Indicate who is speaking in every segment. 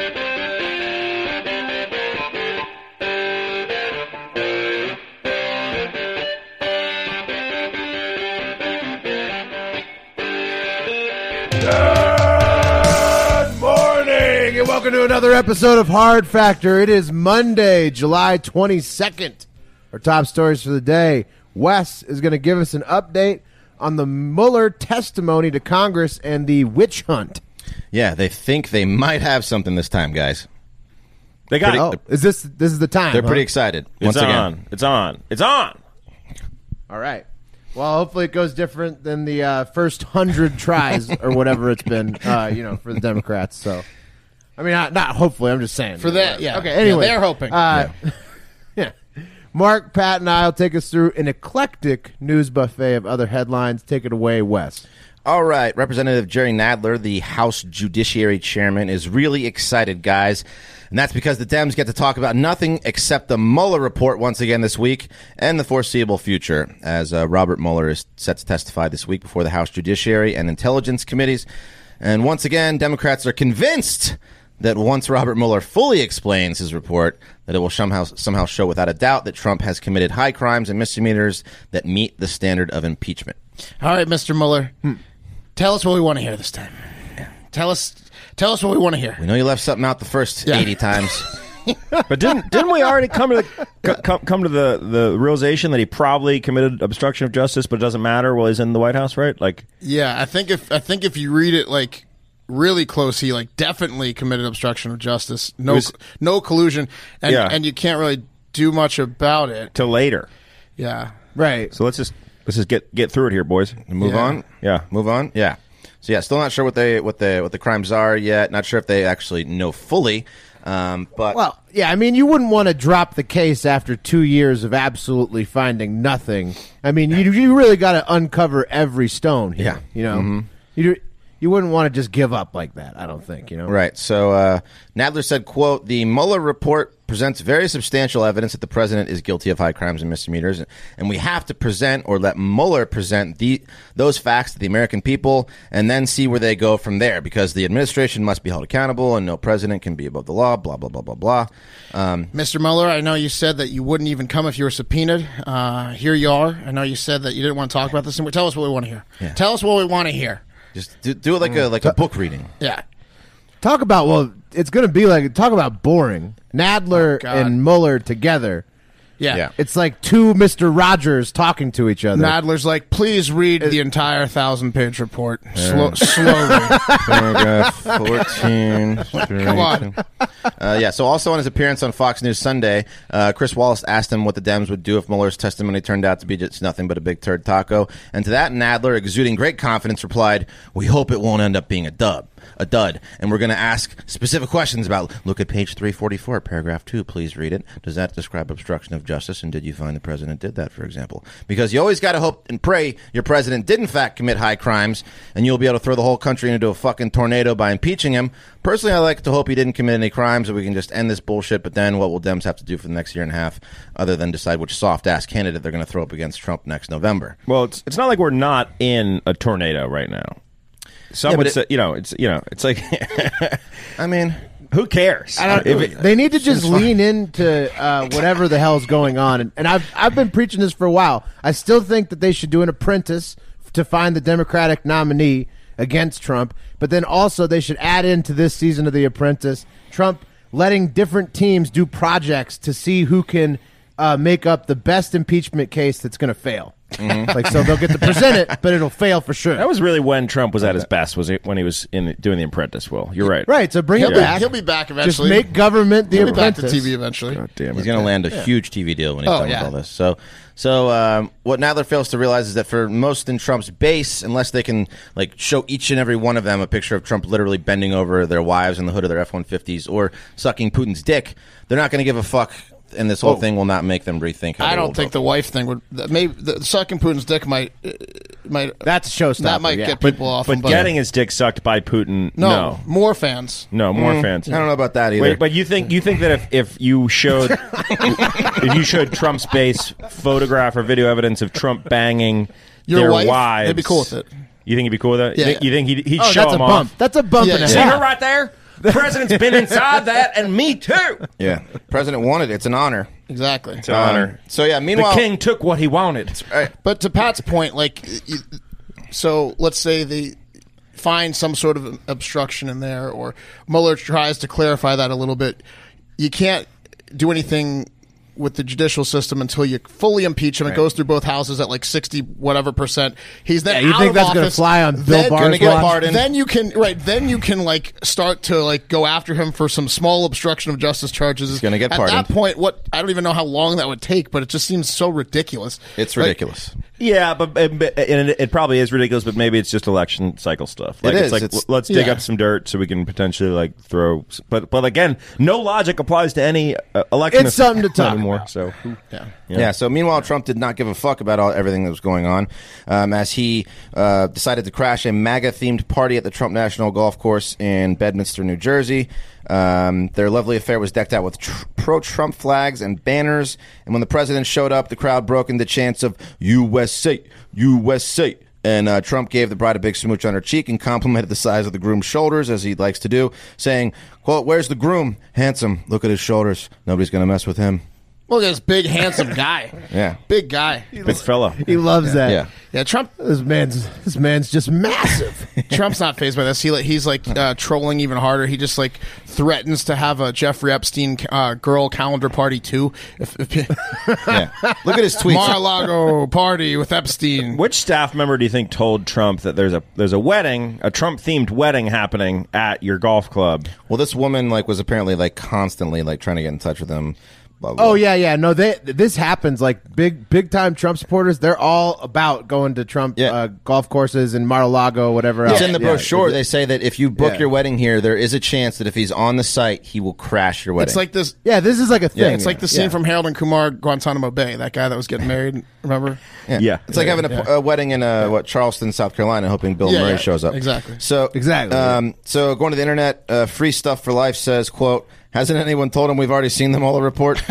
Speaker 1: morning and welcome to another episode of Hard Factor. It is Monday, July 22nd. Our top stories for the day. Wes is going to give us an update on the Mueller testimony to Congress and the witch hunt.
Speaker 2: Yeah, they think they might have something this time, guys. They got
Speaker 1: Oh, is this this is the time?
Speaker 2: They're
Speaker 1: huh?
Speaker 2: pretty excited. Once
Speaker 3: Uh-huh. it's
Speaker 2: again,
Speaker 3: on. It's on. It's on.
Speaker 1: All right. Well, hopefully it goes different than the uh, first hundred tries or whatever it's been, uh, you know, for the Democrats. So, I mean, not, not hopefully. I'm just saying
Speaker 4: For that, yeah.
Speaker 1: Okay.
Speaker 4: Yeah,
Speaker 1: Anyway,
Speaker 4: they're hoping.
Speaker 1: Uh, yeah. Mark, Pat, and I'll take us through an eclectic news buffet of other headlines. Take it away, Wes.
Speaker 2: All right, Representative Jerry Nadler, the House Judiciary Chairman, is really excited, guys. And that's because the Dems get to talk about nothing except the Mueller report once again this week and the foreseeable future, as uh, Robert Mueller is set to testify this week before the House Judiciary and Intelligence Committees. And once again, Democrats are convinced that once Robert Mueller fully explains his report, that it will somehow somehow show without a doubt that Trump has committed high crimes and misdemeanors that meet the standard of impeachment.
Speaker 4: All right, Mr. Mueller, tell us what we want to hear this time. Tell us, tell us what we want to hear.
Speaker 2: I know you left something out the first
Speaker 4: Yeah.
Speaker 2: 80 times.
Speaker 3: But didn't didn't we already come to the co- come, come to the, the realization that he probably committed obstruction of justice, but it doesn't matter while he's in the White House, right? Like
Speaker 4: Yeah, I think if I think if you read it like really close, he like definitely committed obstruction of justice. No,
Speaker 3: was-
Speaker 4: no collusion, and
Speaker 3: Yeah.
Speaker 4: and you can't really do much about it.
Speaker 3: till later.
Speaker 4: Yeah,
Speaker 1: Right.
Speaker 3: So let's just let's just get get through it here, boys.
Speaker 2: Move
Speaker 4: Yeah.
Speaker 2: on.
Speaker 3: Yeah.
Speaker 2: Move on. Yeah. So yeah, still not sure what they what the what the crimes are yet. Not sure if they actually know fully. Um, but
Speaker 1: Well, yeah, I mean, you wouldn't want to drop the case after two years of absolutely finding nothing. I mean, you you really got to uncover every stone. Here,
Speaker 2: Yeah.
Speaker 1: you know,
Speaker 4: Mm-hmm.
Speaker 1: you you wouldn't want to just give up like that. I don't think you know.
Speaker 2: Right. So uh, Nadler said, "quote The Mueller report presents very substantial evidence that the president is guilty of high crimes and misdemeanors, and we have to present or let Mueller present the those facts to the American people, and then see where they go from there. Because the administration must be held accountable, and no president can be above the law. Blah blah blah blah blah. Um,
Speaker 4: Mr. Mueller, I know you said that you wouldn't even come if you were subpoenaed. Uh, here you are. I know you said that you didn't want to talk about this, and tell us what we want to hear. Tell us what we want to hear.
Speaker 2: just do, do it like a like a book reading."
Speaker 4: Yeah.
Speaker 1: Talk about well, it's going to be like talk about boring.
Speaker 4: Oh,
Speaker 1: Nadler
Speaker 4: God.
Speaker 1: and Mueller together.
Speaker 4: Yeah.
Speaker 2: Yeah.
Speaker 1: It's like two Mister Rogers talking to each other.
Speaker 4: Nadler's like, please read the entire thousand page report Slow, slowly.
Speaker 2: Paragraph 14. Come
Speaker 4: on.
Speaker 2: Uh, yeah, so also on his appearance on Fox News Sunday, uh, Chris Wallace asked him what the Dems would do if Mueller's testimony turned out to be just nothing but a big turd taco. And to that, Nadler, exuding great confidence, replied, We hope it won't end up being a dub. A dud, and we're going to ask specific questions about. Look at page three forty four, paragraph two. Please read it. Does that describe obstruction of justice? And did you find the president did that, for example? Because you always got to hope and pray your president did in fact commit high crimes, and you'll be able to throw the whole country into a fucking tornado by impeaching him. Personally, I like to hope he didn't commit any crimes, so we can just end this bullshit. But then, what will Dems have to do for the next year and a half, other than decide which soft ass candidate they're going to throw up against Trump next November?
Speaker 3: Well, it's it's not like we're not in a tornado right now. Some
Speaker 2: Yeah,
Speaker 3: would
Speaker 2: but
Speaker 3: say,
Speaker 2: it-
Speaker 3: you know, it's you know, it's like
Speaker 2: I mean,
Speaker 3: who cares?
Speaker 1: I don't,
Speaker 3: If it-
Speaker 1: they need to just lean into uh, whatever the hell's going on, and, and I've I've been preaching this for a while. I still think that they should do an apprentice to find the Democratic nominee against Trump, but then also they should add into this season of the Apprentice Trump letting different teams do projects to see who can uh, make up the best impeachment case that's going to fail.
Speaker 4: Mm-hmm.
Speaker 1: Like so, they'll get to present it, but it'll fail for sure.
Speaker 3: That was really when Trump was at his best. Was it when he was in doing the Apprentice? Will you're right.
Speaker 1: right. So bring
Speaker 4: He'll
Speaker 1: it
Speaker 4: be-
Speaker 1: back.
Speaker 4: he'll be back
Speaker 1: Just
Speaker 4: eventually.
Speaker 1: make government the
Speaker 4: He'll be back
Speaker 1: apprentice.
Speaker 4: to TV eventually.
Speaker 3: Damn
Speaker 2: He's
Speaker 3: it.
Speaker 2: going to land a huge TV deal when he's
Speaker 4: Oh,
Speaker 2: done
Speaker 4: yeah.
Speaker 2: with all this. So, so um, what Nadler fails to realize is that for most in Trump's base, unless they can like show each and every one of them a picture of Trump literally bending over their wives in the hood of their F one fifties or sucking Putin's dick, they're not going to give a fuck, and this whole thing will not make them rethink. How
Speaker 4: I
Speaker 2: they
Speaker 4: don't
Speaker 2: will
Speaker 4: think
Speaker 2: vote.
Speaker 4: the wife thing would. that Maybe the sucking Putin's dick might uh, might
Speaker 1: That's a showstopper,
Speaker 4: That might
Speaker 1: yeah.
Speaker 4: get
Speaker 3: But,
Speaker 4: people off.
Speaker 3: but getting his dick sucked by Putin.
Speaker 4: no,
Speaker 3: No,
Speaker 4: more fans.
Speaker 3: no, more fans.
Speaker 2: I don't know about that either.
Speaker 3: Wait, but you think you think that if, if you showed if you showed Trump's base photograph or video evidence of Trump banging
Speaker 4: Your
Speaker 3: their
Speaker 4: wife?
Speaker 3: wives,
Speaker 4: They'd be cool with it.
Speaker 3: You think he'd be cool with it?
Speaker 4: Yeah,
Speaker 3: you, think,
Speaker 4: yeah.
Speaker 3: you think he'd, he'd
Speaker 1: Oh,
Speaker 3: show
Speaker 1: that's a
Speaker 3: them
Speaker 1: bump.
Speaker 3: off?
Speaker 1: That's a bump
Speaker 4: Yeah,
Speaker 1: and a
Speaker 4: yeah.
Speaker 3: See
Speaker 1: half.
Speaker 3: her right there. The president's been inside that, and me too.
Speaker 2: yeah, president wanted it. it's an honor. Um,
Speaker 4: Exactly.
Speaker 3: It's an honor.
Speaker 2: So yeah,
Speaker 3: The
Speaker 2: meanwhile,
Speaker 3: king took what he wanted.
Speaker 4: But to Pat's point, like, you- so let's say they find some sort of obstruction in there, or Mueller tries to clarify that a little bit. You can't do anything with the judicial system until you fully impeach him. It goes through both houses at like sixty whatever percent. He's then
Speaker 1: Yeah, you
Speaker 4: out
Speaker 1: think
Speaker 4: of
Speaker 1: that's gonna
Speaker 4: office.
Speaker 1: fly on Bill
Speaker 4: Then-
Speaker 1: Barr's Gonna get watch?
Speaker 2: pardoned.
Speaker 4: Then you can right. Then you can like start to like go after him for some small obstruction of justice charges. He's
Speaker 2: gonna get
Speaker 4: at
Speaker 2: pardoned.
Speaker 4: that point. What I don't even know how long that would take, but it just seems so ridiculous.
Speaker 2: it's
Speaker 4: Like,
Speaker 2: ridiculous.
Speaker 3: Yeah, but, but- but- and it, it probably is ridiculous, but maybe it's just election cycle stuff. Like,
Speaker 2: It
Speaker 3: it's
Speaker 2: is.
Speaker 3: like
Speaker 2: It's-
Speaker 3: l- let's dig
Speaker 4: yeah.
Speaker 3: up some dirt so we can potentially like throw. s- But but again, no logic applies to any uh, election.
Speaker 1: It's something to talk
Speaker 3: anymore.
Speaker 1: about.
Speaker 3: So yeah,
Speaker 2: Yeah. So meanwhile, Trump did not give a fuck about all, everything that was going on, um, as he uh, decided to crash a MAGA-themed party at the Trump National Golf Course in Bedminster, New Jersey. Um, their lovely affair was decked out with tr- pro-Trump flags and banners, and when the president showed up, the crowd broke into chants of "USA, USA." And uh, Trump gave the bride a big smooch on her cheek and complimented the size of the groom's shoulders, as he likes to do, saying, "Quote, where's the groom? Handsome. Look at his shoulders. Nobody's gonna mess with him."
Speaker 4: Look at this big, handsome guy.
Speaker 2: Yeah.
Speaker 4: Big guy.
Speaker 3: big fella.
Speaker 1: He loves that.
Speaker 2: Yeah.
Speaker 4: Yeah, Trump.
Speaker 1: This man's this man's just massive.
Speaker 4: Trump's not phased by this. He like, he's like uh, trolling even harder. He just like threatens to have a Jeffrey Epstein uh, girl calendar party too. If, if,
Speaker 2: Yeah. Look at his tweets.
Speaker 4: Mar-a-Lago party with Epstein.
Speaker 3: Which staff member do you think told Trump that there's a there's a wedding, a Trump themed wedding happening at your golf club?
Speaker 2: Well, this woman like was apparently like constantly like trying to get in touch with him. Blah, blah,
Speaker 1: Oh
Speaker 2: blah.
Speaker 1: yeah, yeah. No, they this happens like big big time Trump supporters. They're all about going to Trump
Speaker 2: Yeah.
Speaker 1: uh, golf courses in Mar-a-Lago, whatever. else.
Speaker 2: It's in the
Speaker 1: Yeah.
Speaker 2: brochure. They say that if you book
Speaker 1: Yeah.
Speaker 2: your wedding here, there is a chance that if he's on the site, he will crash your wedding.
Speaker 4: It's like this.
Speaker 1: Yeah, this is like a thing.
Speaker 4: It's like the scene
Speaker 1: Yeah.
Speaker 4: from Harold and Kumar Guantanamo Bay. That guy that was getting married. Remember?
Speaker 3: Yeah.
Speaker 2: It's like having a, a wedding in uh, what Charleston, South Carolina, hoping Bill
Speaker 4: Yeah,
Speaker 2: Murray
Speaker 4: yeah,
Speaker 2: shows up.
Speaker 4: exactly.
Speaker 2: So
Speaker 1: Exactly.
Speaker 2: Um, so going to the internet, uh, free stuff for life says, "quote Hasn't anyone told him we've already seen them all a report?"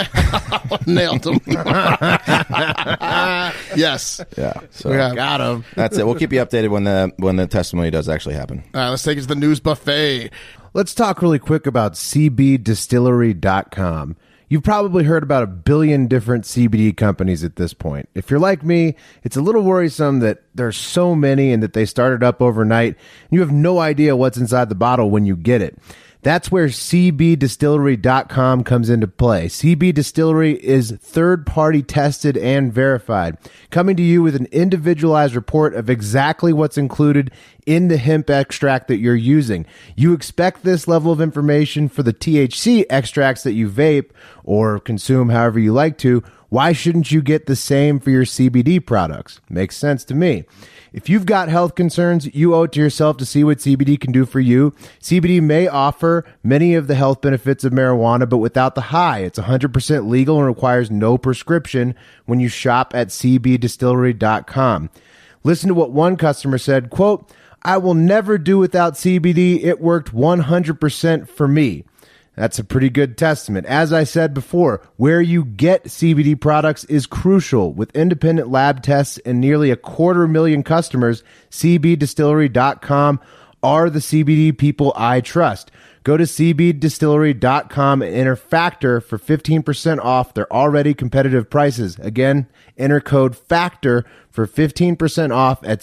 Speaker 4: Nailed him. yes.
Speaker 2: yeah. So
Speaker 4: We have- got him.
Speaker 2: that's it. We'll keep you updated when the when the testimony does actually happen.
Speaker 4: All right, let's take it to the news buffet.
Speaker 1: Let's talk really quick about CBDistillery.com. You've probably heard about a billion different CBD companies at this point. If you're like me, it's a little worrisome that there's so many and that they started up overnight. And you have no idea what's inside the bottle when you get it. That's where CBDistillery.com comes into play. CB Distillery is third party tested and verified, coming to you with an individualized report of exactly what's included in the hemp extract that you're using. You expect this level of information for the THC extracts that you vape or consume however you like to. Why shouldn't you get the same for your CBD products? Makes sense to me. If you've got health concerns, you owe it to yourself to see what CBD can do for you. CBD may offer many of the health benefits of marijuana, but without the high. It's 100% legal and requires no prescription when you shop at cbdistillery.com. Listen to what one customer said, quote, I will never do without CBD. It worked 100% for me. That's a pretty good testament. As I said before, where you get CBD products is crucial. With independent lab tests and nearly a quarter million customers, cbdistillery.com are the CBD people I trust. Go to cbdistillery.com and enter factor for 15% off their already competitive prices. Again, enter code factor for 15% off at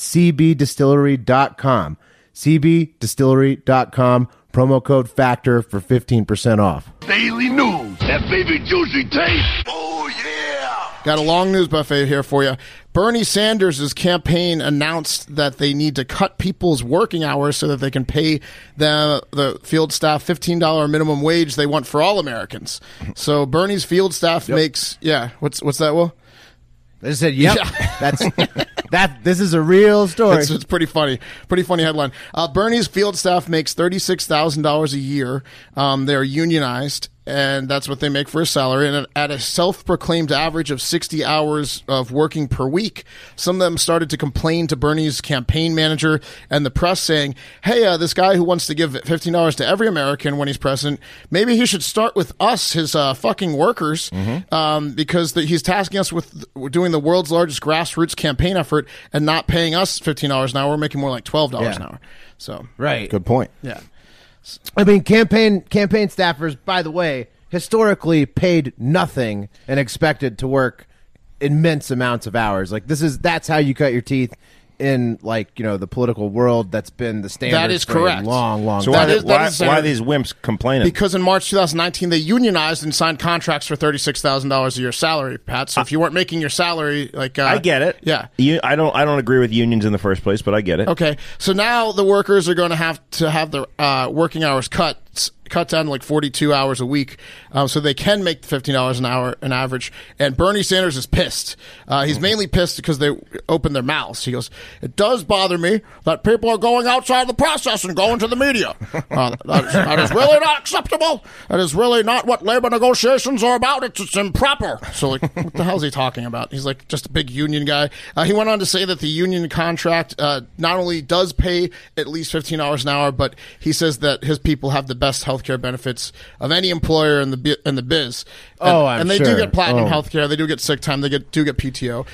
Speaker 1: cbdistillery.com. cbdistillery.com promo code factor for 15% off
Speaker 5: Daily news. That baby juicy taste. Oh, yeah.
Speaker 4: Got a long news buffet here for you. Bernie Sanders' campaign announced that they need to cut people's working hours so that they can pay the, the field staff $15 minimum wage they want for all Americans. So Bernie's field staff makes, yeah, what's, what's that, Will?
Speaker 1: I just said, "Yep, that's that. This is a real story."
Speaker 4: It's, it's pretty funny. Pretty funny headline. Uh, Bernie's field staff makes thirty-six thousand dollars a year. Um, they're unionized, and that's what they make for a salary. And at a self-proclaimed average of sixty hours of working per week, some of them started to complain to Bernie's campaign manager and the press, saying, "Hey, uh, this guy who wants to give fifteen dollars to every American when he's president, maybe he should start with us, his uh, fucking workers,
Speaker 3: Mm-hmm.
Speaker 4: um, because the, he's tasking us with th- doing the world's largest grassroots campaign effort and not paying us fifteen dollars an hour. We're making more like twelve dollars an hour. So
Speaker 1: right.
Speaker 2: Good point.
Speaker 4: yeah,
Speaker 1: I mean, campaign campaign staffers, by the way, historically paid nothing and expected to work immense amounts of hours. Like this is that's how you cut your teeth in like you know the political world that's been the standard.
Speaker 4: is
Speaker 1: for a
Speaker 4: correct.
Speaker 1: long, long.
Speaker 3: So
Speaker 1: time.
Speaker 3: why,
Speaker 4: That is- that
Speaker 3: why,
Speaker 4: is
Speaker 3: why are
Speaker 4: Sanders.
Speaker 3: these wimps complaining?
Speaker 4: because in March 2019 they unionized and signed contracts for thirty-six thousand dollars a year salary, Pat. So if you weren't making your salary, like uh,
Speaker 3: Uh, I get it.
Speaker 4: yeah.
Speaker 3: You, I don't. I don't agree with unions in the first place, but I get it.
Speaker 4: Okay, so now the workers are going to have to have their uh, working hours cut cut down to like forty two hours a week, um, so they can make fifteen dollars an hour an average. And Bernie Sanders is pissed. Uh, he's mainly pissed because they opened their mouths. He goes, "It does bother me that people are going outside the process and going to the media. Uh, that, is, that is really not acceptable. That is really not what labor negotiations are about. It's, it's improper." So like, what the hell is he talking about? He's like just a big union guy. Uh, he went on to say that the union contract uh, not only does pay at least fifteen dollars an hour, but he says that his people have the best health care benefits of any employer in the bi- in the biz. And,
Speaker 1: Oh, I'm
Speaker 4: and they
Speaker 1: sure.
Speaker 4: do get platinum
Speaker 1: Oh.
Speaker 4: health care. They do get sick time. They get do get PTO.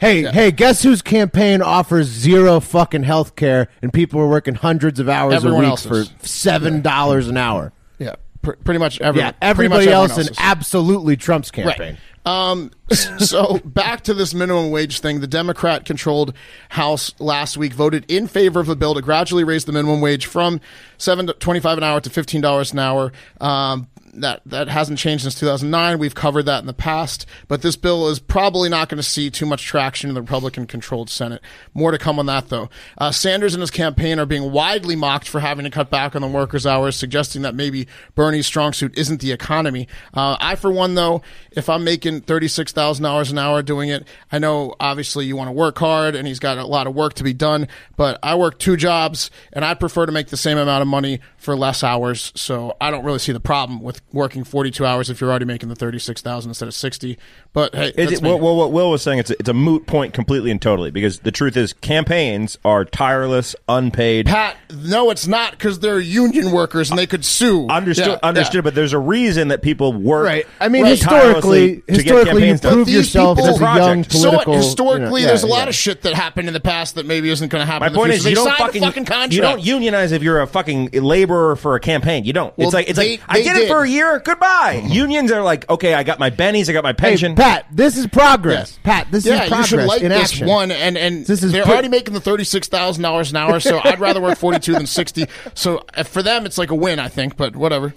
Speaker 1: Hey, hey, guess whose campaign offers zero fucking health care and people are working hundreds of hours a
Speaker 4: Everyone
Speaker 1: week
Speaker 4: else's.
Speaker 1: for seven dollars an hour.
Speaker 4: Yeah, pr- pretty much everyone.
Speaker 1: Yeah,
Speaker 4: pretty much
Speaker 1: everybody
Speaker 4: everyone
Speaker 1: else and
Speaker 4: else's.
Speaker 1: absolutely Trump's campaign.
Speaker 4: Um, so back to this minimum wage thing. The Democrat controlled House last week voted in favor of a bill to gradually raise the minimum wage from seven twenty five an hour to fifteen dollars an hour. Um, that that hasn't changed since 2009. We've covered that in the past, but this bill is probably not going to see too much traction in the Republican-controlled Senate. More to come on that, though. Uh, Sanders and his campaign are being widely mocked for having to cut back on the workers' hours, suggesting that maybe Bernie's strong suit isn't the economy. Uh, I, for one, though, if I'm making thirty-six thousand dollars an hour doing it, I know obviously you want to work hard, and he's got a lot of work to be done. But I work two jobs, and I prefer to make the same amount of money for less hours. So I don't really see the problem with working forty-two hours if you're already making the thirty-six thousand instead of sixty. But hey,
Speaker 3: It,
Speaker 4: that's
Speaker 3: it,
Speaker 4: me.
Speaker 3: well, well, what Will was saying, it's a, it's a moot point completely and totally because the truth is campaigns are tireless, unpaid.
Speaker 4: Pat, no, it's not because they're union workers and they could sue.
Speaker 3: Understood,
Speaker 4: Yeah, yeah.
Speaker 3: understood, but there's a reason that people work.
Speaker 1: Right. I mean,
Speaker 3: tirelessly
Speaker 1: historically,
Speaker 3: to get
Speaker 1: historically, you
Speaker 3: campaigns done.
Speaker 1: prove
Speaker 4: These
Speaker 1: yourself
Speaker 4: people-
Speaker 1: as a young
Speaker 3: Project.
Speaker 1: political.
Speaker 4: So what?
Speaker 1: you know,
Speaker 4: Historically,
Speaker 1: yeah,
Speaker 4: there's a
Speaker 1: yeah.
Speaker 4: lot of shit that happened in the past that maybe isn't going to happen.
Speaker 3: My
Speaker 4: in the
Speaker 3: point
Speaker 4: future.
Speaker 3: is,
Speaker 4: they
Speaker 3: you don't
Speaker 4: signed a
Speaker 3: fucking,
Speaker 4: fucking contract.
Speaker 3: you don't unionize if you're a fucking laborer for a campaign. You don't.
Speaker 4: Well,
Speaker 3: it's like it's
Speaker 4: they-
Speaker 3: like I
Speaker 4: they
Speaker 3: get it
Speaker 4: did.
Speaker 3: for a year. Goodbye.
Speaker 1: Mm-hmm.
Speaker 3: Unions are like, okay, I got my bennies, I got my
Speaker 1: Hey,
Speaker 3: pension.
Speaker 1: Pat, this is progress.
Speaker 4: Yes.
Speaker 1: Pat, this
Speaker 4: yeah,
Speaker 1: is progress
Speaker 4: you should like
Speaker 1: in
Speaker 4: this
Speaker 1: action.
Speaker 4: one, and and
Speaker 1: This is
Speaker 4: they're
Speaker 1: pre-
Speaker 4: already making the thirty six thousand dollars an hour, so I'd rather work forty two than sixty. So uh, for them, it's like a win, I think. But whatever.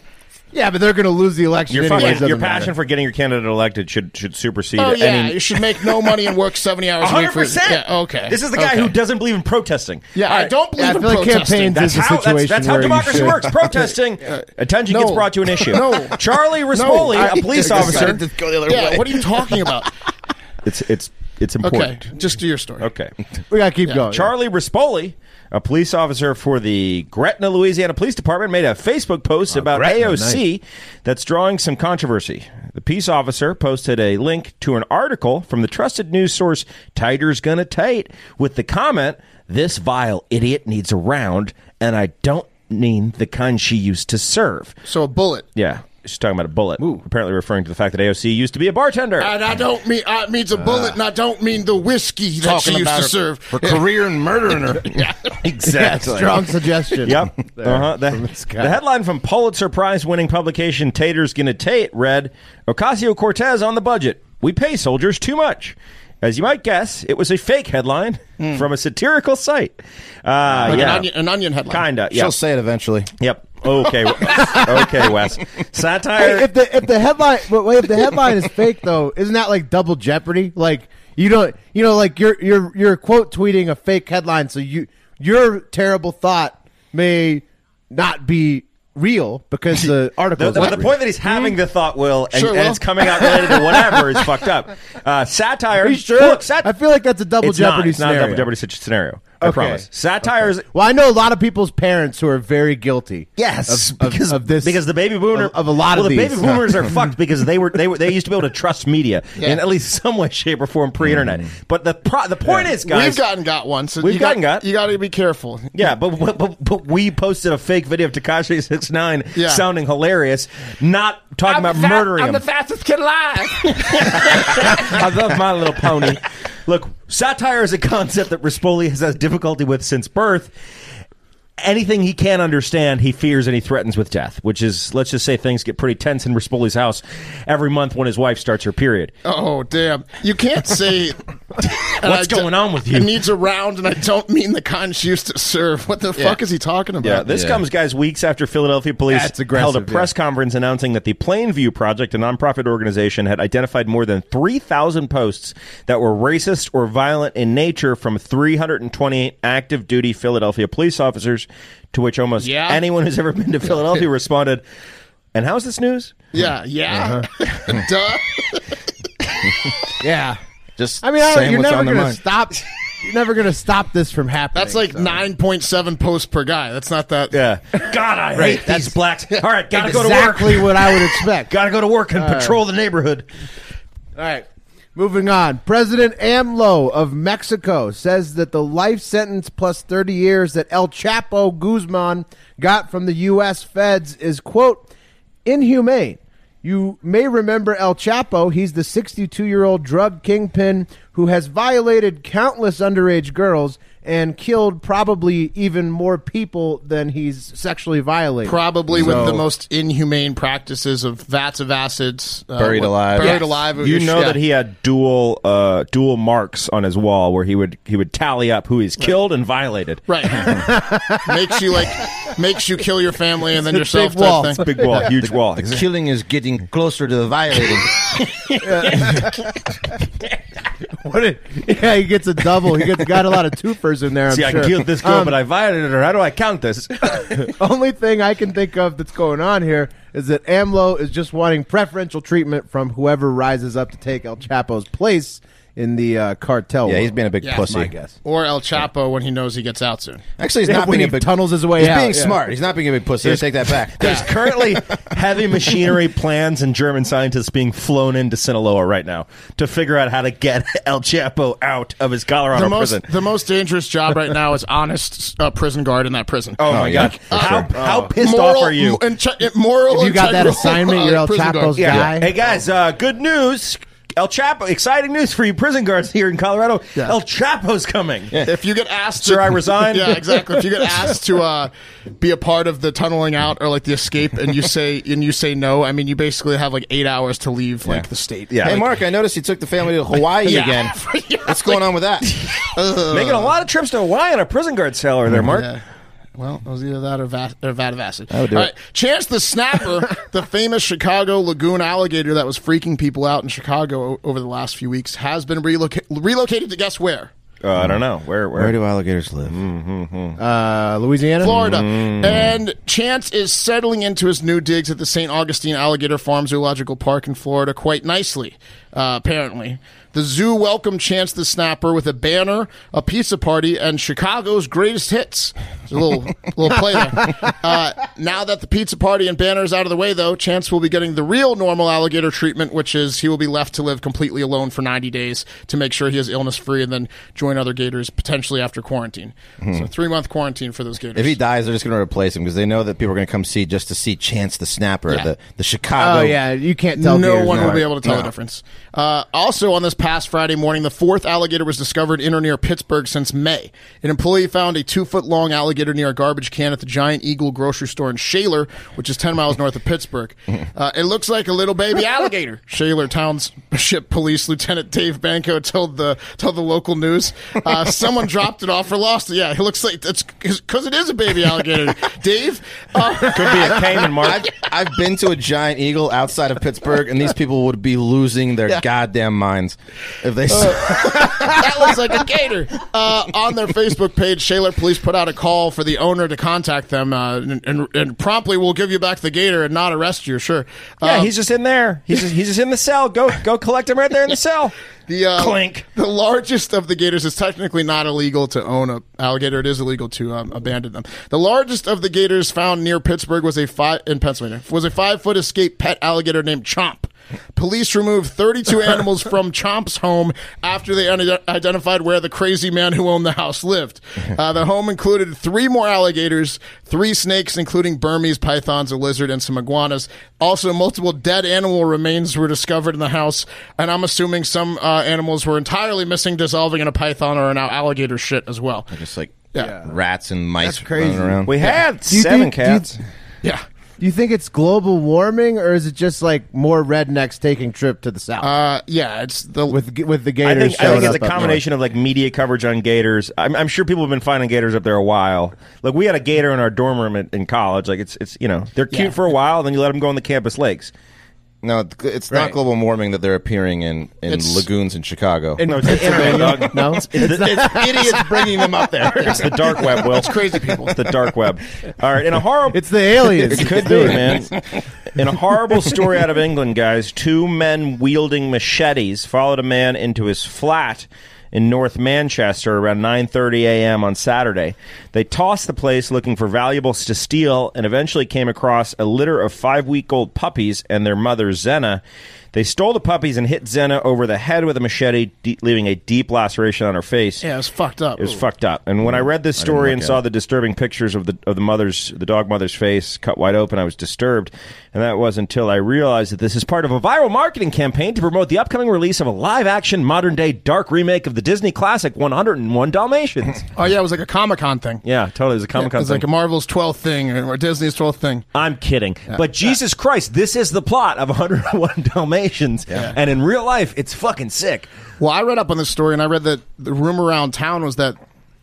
Speaker 1: Yeah, but they're going to lose the election.
Speaker 3: your
Speaker 1: anyways,
Speaker 3: fucking-
Speaker 1: doesn't
Speaker 3: your
Speaker 1: matter.
Speaker 3: passion for getting your candidate elected should should supersede
Speaker 4: Oh yeah,
Speaker 3: any.
Speaker 4: you should make no money and work seventy hours a week.
Speaker 3: hundred
Speaker 4: For,
Speaker 3: percent.
Speaker 4: yeah, okay.
Speaker 3: This is the guy
Speaker 4: Okay.
Speaker 3: who doesn't believe in protesting.
Speaker 4: Yeah,
Speaker 3: All
Speaker 4: I
Speaker 3: right.
Speaker 4: don't believe
Speaker 1: Yeah, I
Speaker 4: in
Speaker 1: feel like
Speaker 4: protesting.
Speaker 1: campaigns-
Speaker 3: That's
Speaker 1: is a
Speaker 3: how that's,
Speaker 1: situation
Speaker 3: that's how
Speaker 1: where you
Speaker 3: democracy
Speaker 1: should-
Speaker 3: works. Protesting, attention gets
Speaker 4: no.
Speaker 3: brought to an issue.
Speaker 4: No.
Speaker 3: Charlie Rispoli,
Speaker 4: I-
Speaker 3: a police
Speaker 4: I
Speaker 3: officer.
Speaker 4: decided Yeah, what are you talking about?
Speaker 3: It's it's it's
Speaker 4: Okay,
Speaker 3: important. Oh,
Speaker 4: just do your story.
Speaker 3: Okay.
Speaker 1: We got to keep going.
Speaker 3: Charlie Rispoli, a police officer for the Gretna, Louisiana Police Department, made a Facebook post about
Speaker 1: Gretna,
Speaker 3: AOC that's drawing some controversy. The peace officer posted a link to an article from the trusted news source Tiger's Gonna Tate with the comment, This vile idiot needs a round, and I don't mean the kind she used to serve.
Speaker 4: So a bullet.
Speaker 3: Yeah. She's talking about a bullet. Apparently referring to the fact that AOC used to be a bartender.
Speaker 4: And I don't mean uh, it means a bullet, and I don't mean the whiskey that she
Speaker 5: Talking
Speaker 4: used
Speaker 5: about
Speaker 4: to
Speaker 5: her,
Speaker 4: serve.
Speaker 5: her career and murdering her.
Speaker 3: exactly.
Speaker 1: Strong suggestion.
Speaker 3: Yep. Uh-huh. The,
Speaker 1: this guy.
Speaker 3: the headline from Pulitzer Prize winning publication Tater's Gonna Tate read Ocasio Cortez on the budget. We pay soldiers too much. As you might guess, it was a fake headline from a satirical site. Uh,
Speaker 4: Hmm. Like
Speaker 3: yeah.
Speaker 4: an, onion, an onion headline.
Speaker 3: Kinda. Yeah.
Speaker 2: She'll say it eventually.
Speaker 3: Yep. Okay, okay, Wes. Satire.
Speaker 1: if the if the headline but wait, if the headline is fake though, isn't that like double jeopardy? Like you don't you know like you're you're you're quote tweeting a fake headline, so you your terrible thought may not be real because the article.
Speaker 3: The,
Speaker 1: is
Speaker 3: the-
Speaker 1: not
Speaker 3: the
Speaker 1: real.
Speaker 3: point that he's having the thought, Will, and,
Speaker 4: Sure,
Speaker 3: and
Speaker 4: Will.
Speaker 3: it's coming out related to whatever is fucked up. Uh, satire.
Speaker 1: Are you sure?
Speaker 3: Look, sat-
Speaker 1: I feel like that's a double
Speaker 3: it's
Speaker 1: jeopardy
Speaker 3: not, it's not a
Speaker 1: scenario.
Speaker 3: double jeopardy sit- scenario. I
Speaker 1: Okay.
Speaker 3: promise. Satire is.
Speaker 1: Well, I know a lot of people's parents who are very guilty.
Speaker 3: Yes,
Speaker 1: of, of-
Speaker 3: because
Speaker 1: of this
Speaker 3: because the baby boomer
Speaker 1: of, of a lot
Speaker 3: well,
Speaker 1: of
Speaker 3: the
Speaker 1: these.
Speaker 3: baby boomers are fucked because they were they were they used to be able to trust media in at least some way, shape, or form pre-internet.
Speaker 1: Hmm.
Speaker 3: But the pro- the point is, guys,
Speaker 4: We've gotten got one. So
Speaker 3: We've
Speaker 4: you
Speaker 3: gotten got.
Speaker 4: You got to be careful.
Speaker 3: Yeah, but, but but but we posted a fake video of Takashi six nine
Speaker 4: Yeah.
Speaker 3: sounding hilarious, not talking about murdering him.
Speaker 4: fastest kid alive.
Speaker 3: I love My Little Pony. Look, satire is a concept that Rispoli has had difficulty with since birth. Anything he can't understand, he fears and he threatens with death, which is, let's just say, things get pretty tense in Rispoli's house every month when his wife starts her period.
Speaker 4: Oh damn! You can't say
Speaker 3: What's going on with you?
Speaker 4: It needs a round, and I don't mean the kind she used to serve. What the fuck is he talking about?
Speaker 3: Yeah, this comes, guys, weeks after Philadelphia police
Speaker 1: That's aggressive,
Speaker 3: held a press conference announcing that the Plainview Project, a nonprofit organization, had identified more than 3,000 posts that were racist or violent in nature from 328 active duty Philadelphia police officers, to which almost
Speaker 4: Yeah.
Speaker 3: anyone who's ever been to Philadelphia responded, and how's this news?
Speaker 4: yeah, yeah.
Speaker 3: Uh-huh.
Speaker 4: Duh.
Speaker 1: yeah.
Speaker 2: Just
Speaker 1: I mean, I don't,
Speaker 2: saying
Speaker 1: you're
Speaker 2: what's
Speaker 1: never
Speaker 2: on their
Speaker 1: going to
Speaker 2: mind.
Speaker 1: stop. You're never going to stop this from happening.
Speaker 4: That's like
Speaker 1: so.
Speaker 4: nine point seven posts per guy. That's not that.
Speaker 3: Yeah. God, I hate these blacks. All right, gotta go to work.
Speaker 1: exactly what I would expect.
Speaker 3: Gotta go to work and patrol the neighborhood.
Speaker 1: All right. Moving on. President AMLO of Mexico says that the life sentence plus 30 years that El Chapo Guzman got from the U.S. feds is, quote, inhumane. You may remember El Chapo. He's the 62 year old drug kingpin who has violated countless underage girls and killed probably even more people than he's sexually violated.
Speaker 4: Probably
Speaker 1: So-
Speaker 4: with the most inhumane practices of vats of acids, uh,
Speaker 2: Buried alive.
Speaker 4: buried
Speaker 2: Yes.
Speaker 4: alive.
Speaker 3: You know
Speaker 4: Yeah.
Speaker 3: that he had dual uh, dual marks on his wall where he would he would tally up who he's killed and violated.
Speaker 4: right makes you like makes you kill your family and then
Speaker 1: It's a
Speaker 4: yourself.
Speaker 1: big wall.
Speaker 4: Type thing.
Speaker 3: Big wall, huge wall.
Speaker 2: The killing is getting closer to the violating.
Speaker 1: What a- yeah, he gets a double. He gets, got a lot of twofers in there. I'm
Speaker 3: See, I
Speaker 1: sure.
Speaker 3: killed this girl,
Speaker 1: Um,
Speaker 3: but I violated her. How do I count this?
Speaker 1: only thing I can think of that's going on here is that AMLO is just wanting preferential treatment from whoever rises up to take El Chapo's place in the uh, cartel.
Speaker 2: yeah,
Speaker 1: world.
Speaker 2: he's being a big
Speaker 4: Yeah.
Speaker 2: pussy.
Speaker 1: my guess.
Speaker 4: Or El Chapo when he knows he gets out soon.
Speaker 2: Actually, he's
Speaker 1: Yeah,
Speaker 2: not
Speaker 1: when
Speaker 2: being a
Speaker 1: he
Speaker 2: big
Speaker 1: tunnels his way
Speaker 2: He's
Speaker 1: out,
Speaker 2: being
Speaker 1: yeah.
Speaker 2: smart. He's not being a big pussy. I take that back.
Speaker 3: There's currently heavy machinery plans and German scientists being flown into Sinaloa right now to figure out how to get El Chapo out of his Colorado
Speaker 4: the most
Speaker 3: prison.
Speaker 4: the most dangerous job right now is honest uh, prison guard in that prison.
Speaker 3: Oh my
Speaker 2: yeah.
Speaker 3: god! How, how pissed
Speaker 4: moral,
Speaker 3: off are you?
Speaker 4: And moral.
Speaker 1: If you got that
Speaker 4: integral,
Speaker 1: assignment, you're
Speaker 4: uh,
Speaker 1: El
Speaker 4: prison
Speaker 1: Chapo's
Speaker 4: guard.
Speaker 1: guy.
Speaker 3: Hey guys, uh, good news. El Chapo, exciting news for you prison guards here in Colorado. El Chapo's coming.
Speaker 4: If you get asked,
Speaker 3: Sir,
Speaker 4: to,
Speaker 3: I resign.
Speaker 4: yeah, exactly. If you get asked to uh, be a part of the tunneling out or like the escape, and you say and you say no, I mean, you basically have like eight hours to leave like the state.
Speaker 3: Yeah.
Speaker 2: Hey,
Speaker 3: Like-
Speaker 2: Mark, I noticed you took the family to Hawaii
Speaker 4: Yeah.
Speaker 2: again.
Speaker 4: Yeah.
Speaker 2: What's going on with that?
Speaker 3: Making a lot of trips to Hawaii on a prison guard cellar there, Mark.
Speaker 4: Yeah. Well, it was either that or, va- or vat of acid.
Speaker 2: would do
Speaker 4: All
Speaker 2: it.
Speaker 4: Chance the Snapper, the famous Chicago lagoon alligator that was freaking people out in Chicago o- over the last few weeks, has been reloca- relocated to guess where?
Speaker 3: Uh, I don't know. Where, where?
Speaker 2: Where do alligators live?
Speaker 1: Uh, Louisiana,
Speaker 4: Florida. And Chance is settling into his new digs at the St. Augustine Alligator Farm Zoological Park in Florida quite nicely, uh, apparently. The zoo welcomed Chance the Snapper with a banner, a pizza party, and Chicago's greatest hits. There's a little, little play there. Uh, now that the pizza party and banner is out of the way, though, Chance will be getting the real normal alligator treatment, which is he will be left to live completely alone for 90 days to make sure he is illness free and then join other gators potentially after quarantine. So, three month quarantine for those gators.
Speaker 2: If he dies, they're just going to replace him because they know that people are going to come see just to see Chance the Snapper,
Speaker 4: Yeah.
Speaker 2: the the
Speaker 1: Oh
Speaker 2: Chicago.
Speaker 1: yeah, you can't tell.
Speaker 4: no
Speaker 1: Gators
Speaker 4: one will
Speaker 1: apart.
Speaker 4: be able to tell the difference. Uh, also, on this past Friday morning, the fourth alligator was discovered in or near Pittsburgh since May. An employee found a two foot long alligator near a garbage can at the Giant Eagle grocery store in Shaler, which is 10 miles north of Pittsburgh. Uh, it looks like a little baby alligator, Shaler Town's Ship Police Lieutenant Dave Banco told the told the local news uh, someone dropped it off or lost it. Yeah, it looks like that's because it is a baby alligator. Dave, uh,
Speaker 3: Could be a Cayman
Speaker 2: I've,
Speaker 3: mark.
Speaker 2: I've been to a giant eagle outside of Pittsburgh, and these people would be losing their goddamn minds if they. saw
Speaker 4: that looks like a gator. Uh, on their Facebook page, Shaler Police put out a call for the owner to contact them, uh, and, and, and promptly will give you back the gator and not arrest you. Sure.
Speaker 3: Yeah,
Speaker 4: Um,
Speaker 3: he's just in there. He's just, he's just in the cell. Go go collect him right there in the cell.
Speaker 4: The uh,
Speaker 3: Clink.
Speaker 4: The largest of the gators is technically not illegal to own a alligator. It is illegal to um, abandon them. The largest of the gators found near Pittsburgh was a five in Pennsylvania was a five foot escaped pet alligator named Chomp. Police removed 32 animals from Chomp's home after they un- identified where the crazy man who owned the house lived. Uh, the home included three more alligators, three snakes, including Burmese pythons, a lizard, and some iguanas. Also, multiple dead animal remains were discovered in the house, and I'm assuming some uh, animals were entirely missing, dissolving in a python or an al- alligator shit as well.
Speaker 2: just like
Speaker 4: Yeah.
Speaker 2: rats and mice
Speaker 1: That's crazy.
Speaker 2: running around.
Speaker 3: We had
Speaker 1: Do you
Speaker 3: seven
Speaker 1: think- do you-
Speaker 3: cats.
Speaker 4: Yeah.
Speaker 1: Do you think it's global warming, or is it just like more rednecks taking trip to the south
Speaker 4: Uh, yeah, it's the
Speaker 1: with with the
Speaker 3: I
Speaker 1: Gators?
Speaker 3: think, I
Speaker 1: showing up
Speaker 3: think it's a
Speaker 1: up north?
Speaker 3: combination of like media coverage on gators. I'm, I'm sure people have been finding gators up there a while. Like we had a gator in our dorm room in, in college. Like it's it's you know they're cute
Speaker 4: Yeah.
Speaker 3: for a while, then you let them go in the campus lakes.
Speaker 2: No, it's- it's
Speaker 1: Right.
Speaker 2: not global warming that they're appearing in in
Speaker 4: It's-
Speaker 2: lagoons in Chicago.
Speaker 3: No, it's, it's, dog.
Speaker 1: No,
Speaker 3: It's the- it's-
Speaker 4: idiots bringing them up there.
Speaker 3: it's the dark web, Will. It's
Speaker 4: crazy people.
Speaker 3: the dark web. All right, in a horrible.
Speaker 1: it's the aliens.
Speaker 3: It could be, man. In a horrible story out of England, guys, two men wielding machetes followed a man into his flat in North Manchester around 9:30 a.m. on Saturday. They tossed the place looking for valuables to steal and eventually came across a litter of 5-week-old puppies and their mother Zena. They stole the puppies and hit Zena over the head with a machete, de- leaving a deep laceration on her face.
Speaker 4: Yeah, it was fucked up.
Speaker 3: It was fucked up. And when I read this story and
Speaker 2: look
Speaker 3: saw
Speaker 2: at it.
Speaker 3: the disturbing pictures of the of the mother's the dog mother's face cut wide open, I was disturbed. And that was until I realized that this is part of a viral marketing campaign to promote the upcoming release of a live action modern day dark remake of the Disney classic 101 Dalmatians.
Speaker 4: Oh yeah, it was like a Comic Con thing.
Speaker 3: yeah, totally. It was a Comic
Speaker 4: it
Speaker 3: Con
Speaker 4: was like a Marvel's 12th thing or, or Disney's 12th thing.
Speaker 3: I'm kidding. But Jesus Christ, this is the plot of 101 Dalmatians. And in real life, it's fucking sick.
Speaker 4: Well, I read up on this story, and I read that the rumor around town was that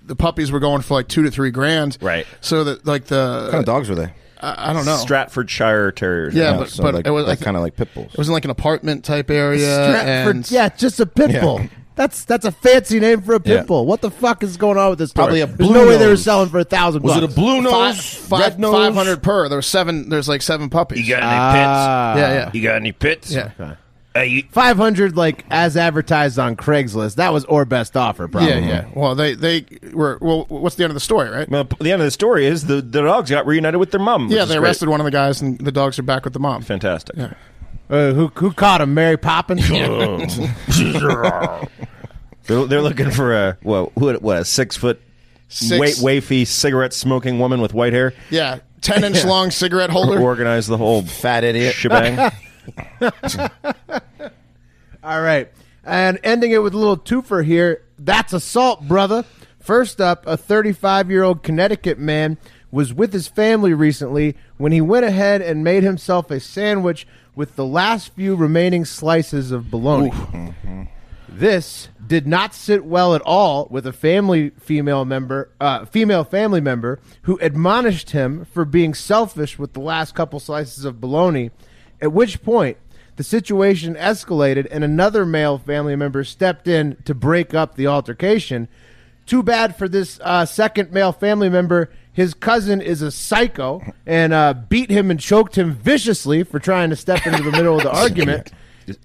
Speaker 4: the puppies were going for like two to three grand.
Speaker 3: Right.
Speaker 4: So that like the
Speaker 2: what kind of dogs were they?
Speaker 4: I, I don't know.
Speaker 3: Stratfordshire Terriers.
Speaker 4: yeah,
Speaker 2: No,
Speaker 4: Uh, but,
Speaker 2: so
Speaker 4: but
Speaker 2: like-
Speaker 4: it was
Speaker 2: like
Speaker 4: like
Speaker 2: kinda like pit bulls.
Speaker 4: It was in like an apartment type area.
Speaker 1: Stratford-
Speaker 4: and
Speaker 1: yeah, just a pit
Speaker 2: Yeah.
Speaker 1: bull. That's that's a fancy name for a pit
Speaker 2: Yeah.
Speaker 1: bull. What the fuck is going on with this? story?
Speaker 2: Probably a
Speaker 1: There's
Speaker 2: blue
Speaker 1: no way they were
Speaker 2: nose.
Speaker 1: selling for a thousand.
Speaker 2: Was it a
Speaker 1: bucks.
Speaker 2: blue
Speaker 4: Five,
Speaker 2: nose,
Speaker 4: five,
Speaker 2: red nose?
Speaker 4: 500 per. There was seven. There's like seven puppies.
Speaker 6: You got any
Speaker 1: Ah.
Speaker 4: yeah, yeah.
Speaker 6: pits? You got any pits?
Speaker 4: Yeah.
Speaker 6: Hey, you,
Speaker 1: Five hundred, like as advertised on Craigslist. That was or best offer, probably.
Speaker 4: Yeah, yeah. Well, they they were. Well, what's the end of the story, right?
Speaker 3: Well, p- the end of the story is the, the dogs got reunited with their mom. which
Speaker 4: yeah,
Speaker 3: is
Speaker 4: they
Speaker 3: great.
Speaker 4: arrested one of the guys, and the dogs are back with the mom.
Speaker 3: Fantastic.
Speaker 1: Uh, who who caught him? Mary Poppins.
Speaker 3: They're, they're looking for a well, what, what a six foot,
Speaker 4: Six-
Speaker 3: wait, wafy cigarette smoking woman with white hair.
Speaker 4: Yeah, ten inch long cigarette holder.
Speaker 3: Organize the whole
Speaker 2: Fat idiot.
Speaker 3: shebang.
Speaker 1: All right. And ending it with a little twofer here. That's assault, brother. First up, a 35 year old Connecticut man was with his family recently when he went ahead and made himself a sandwich with the last few remaining slices of bologna. This did not sit well at all with a family female member, uh, female family member, who admonished him for being selfish with the last couple slices of bologna. At which point, the situation escalated, and another male family member stepped in to break up the altercation. Too bad for this uh, second male family member. His cousin is a psycho and uh, beat him and choked him viciously for trying to step into the middle of the argument.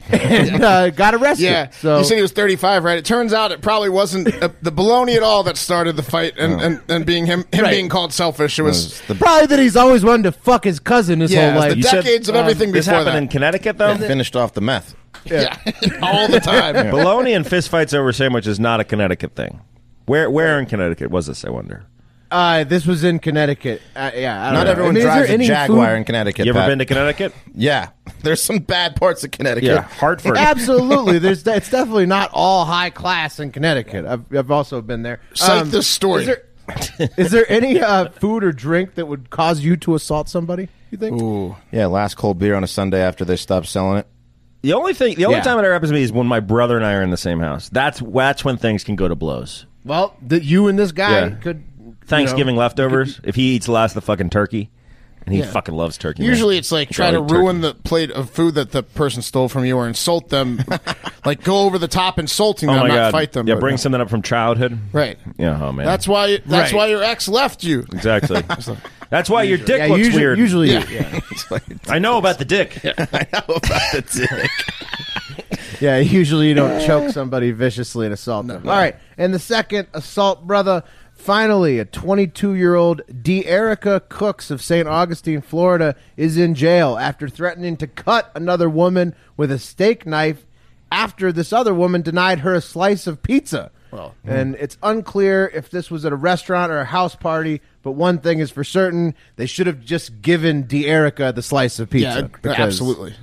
Speaker 1: And uh, got arrested.
Speaker 4: Yeah.
Speaker 1: so
Speaker 4: you said he was 35, right? It turns out it probably wasn't uh, the baloney at all that started the fight and, and, and being him him
Speaker 1: Right.
Speaker 4: being called selfish. It was,
Speaker 2: The
Speaker 1: Probably that he's always wanted to fuck his cousin his whole
Speaker 4: yeah, it
Speaker 1: life.
Speaker 4: was the
Speaker 3: You said-
Speaker 4: decades of everything
Speaker 3: this
Speaker 4: before
Speaker 3: happened
Speaker 4: that.
Speaker 3: in Connecticut though.
Speaker 2: finished off the meth.
Speaker 4: yeah. all the time.
Speaker 3: Bologna and fistfights over sandwich is not a Connecticut thing. Where where in Connecticut was this? I wonder.
Speaker 1: uh, this was in Connecticut. Uh, yeah, I don't
Speaker 2: Not
Speaker 1: know.
Speaker 2: everyone
Speaker 1: I mean, is
Speaker 2: drives
Speaker 1: there
Speaker 2: a
Speaker 1: any
Speaker 2: Jaguar
Speaker 1: food-
Speaker 2: in Connecticut.
Speaker 3: You ever
Speaker 2: Pat.
Speaker 3: been to Connecticut?
Speaker 2: Yeah, there's some bad parts of Connecticut.
Speaker 3: Yeah, Hartford.
Speaker 1: Absolutely, there's it's definitely not all high class in Connecticut. I've, I've also been there.
Speaker 4: Cite
Speaker 1: Um,
Speaker 4: this story.
Speaker 1: Is there, is there any uh, food or drink that would cause you to assault somebody? You think?
Speaker 2: Yeah, last cold beer on a Sunday after they stopped selling it.
Speaker 3: The only thing, the only
Speaker 6: Yeah.
Speaker 3: time it ever happens to me is when my brother and I are in the same house. That's that's when things can go to blows.
Speaker 1: Well, that you and this guy
Speaker 3: Yeah.
Speaker 1: could
Speaker 3: Thanksgiving leftovers. If he eats the last of the fucking turkey, and he
Speaker 4: Yeah.
Speaker 3: fucking loves turkey. man.
Speaker 4: Usually, it's like try to
Speaker 3: Golly
Speaker 4: ruin the plate of food that the person stole from you, or insult them, like go over the top, insulting
Speaker 3: Oh
Speaker 4: them,
Speaker 3: my
Speaker 4: not
Speaker 3: god!
Speaker 4: fight them.
Speaker 3: yeah,
Speaker 4: but-
Speaker 3: bring something up from childhood.
Speaker 4: right.
Speaker 3: Yeah, oh man.
Speaker 4: That's why. That's
Speaker 7: Right.
Speaker 4: why your ex left you.
Speaker 3: exactly. That's why your dick
Speaker 1: yeah,
Speaker 3: looks
Speaker 1: usually,
Speaker 3: weird.
Speaker 1: Usually, yeah.
Speaker 2: It's like,
Speaker 3: I know about the dick.
Speaker 2: I know about the dick.
Speaker 1: Yeah, usually you don't choke somebody viciously and assault them. All right, and the second assault brother. Finally, a 22-year-old De'Erica Cooks of St. Augustine, Florida, is in jail after threatening to cut another woman with a steak knife after this other woman denied her a slice of pizza. Well, and
Speaker 4: hmm.
Speaker 1: it's unclear if this was at a restaurant or a house party, but one thing is for certain, they should have just given De'Erica the slice of pizza.
Speaker 4: Yeah,
Speaker 1: because-
Speaker 4: absolutely.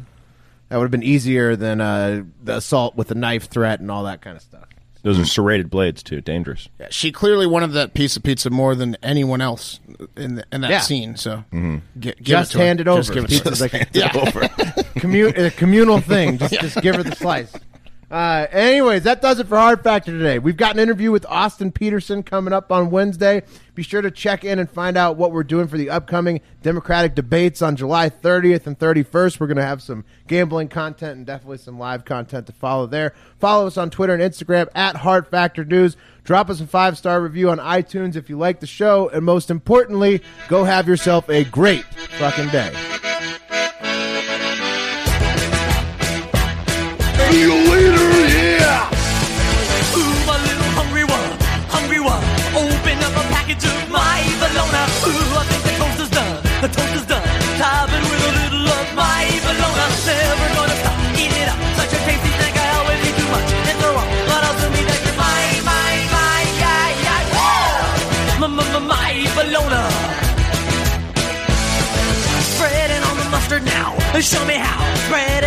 Speaker 1: that would have been easier than uh, the assault with a knife threat and all that kind of stuff.
Speaker 3: Those are serrated blades too. Dangerous.
Speaker 4: Yeah, she clearly wanted that piece of pizza more than anyone else in the, in that
Speaker 1: Yeah. Mm-hmm.
Speaker 4: scene. So gi- give
Speaker 1: Just
Speaker 4: to her.
Speaker 1: hand it
Speaker 4: Just
Speaker 1: over.
Speaker 4: give it
Speaker 1: Pizza
Speaker 4: to her.
Speaker 1: is like a
Speaker 4: yeah.
Speaker 1: commu- a communal thing. Just, just give her the slice. Uh, anyways, that does it for Hard Factor today. We've got an interview with Austin Peterson coming up on Wednesday. Be sure to check in and find out what we're doing for the upcoming Democratic debates on July 30th and 31st. We're going to have some gambling content and definitely some live content to follow there. Follow us on Twitter and Instagram at Hard Factor News. Drop us a five star review on iTunes if you like the show. And most importantly, go have yourself a great fucking day.
Speaker 5: See you later, yeah!
Speaker 8: Ooh, a little hungry one, hungry one. Open up a package of my bologna. Ooh, I think the toast is done, the toast is done. Top it with a little of my bologna. Never gonna stop, eat it up. Such a tasty snack, I always eat too much and throw up. But also need that you're my, my, my, yeah, yeah, yeah. My, my, my, my bologna spreading on the mustard now. Show me how. Spread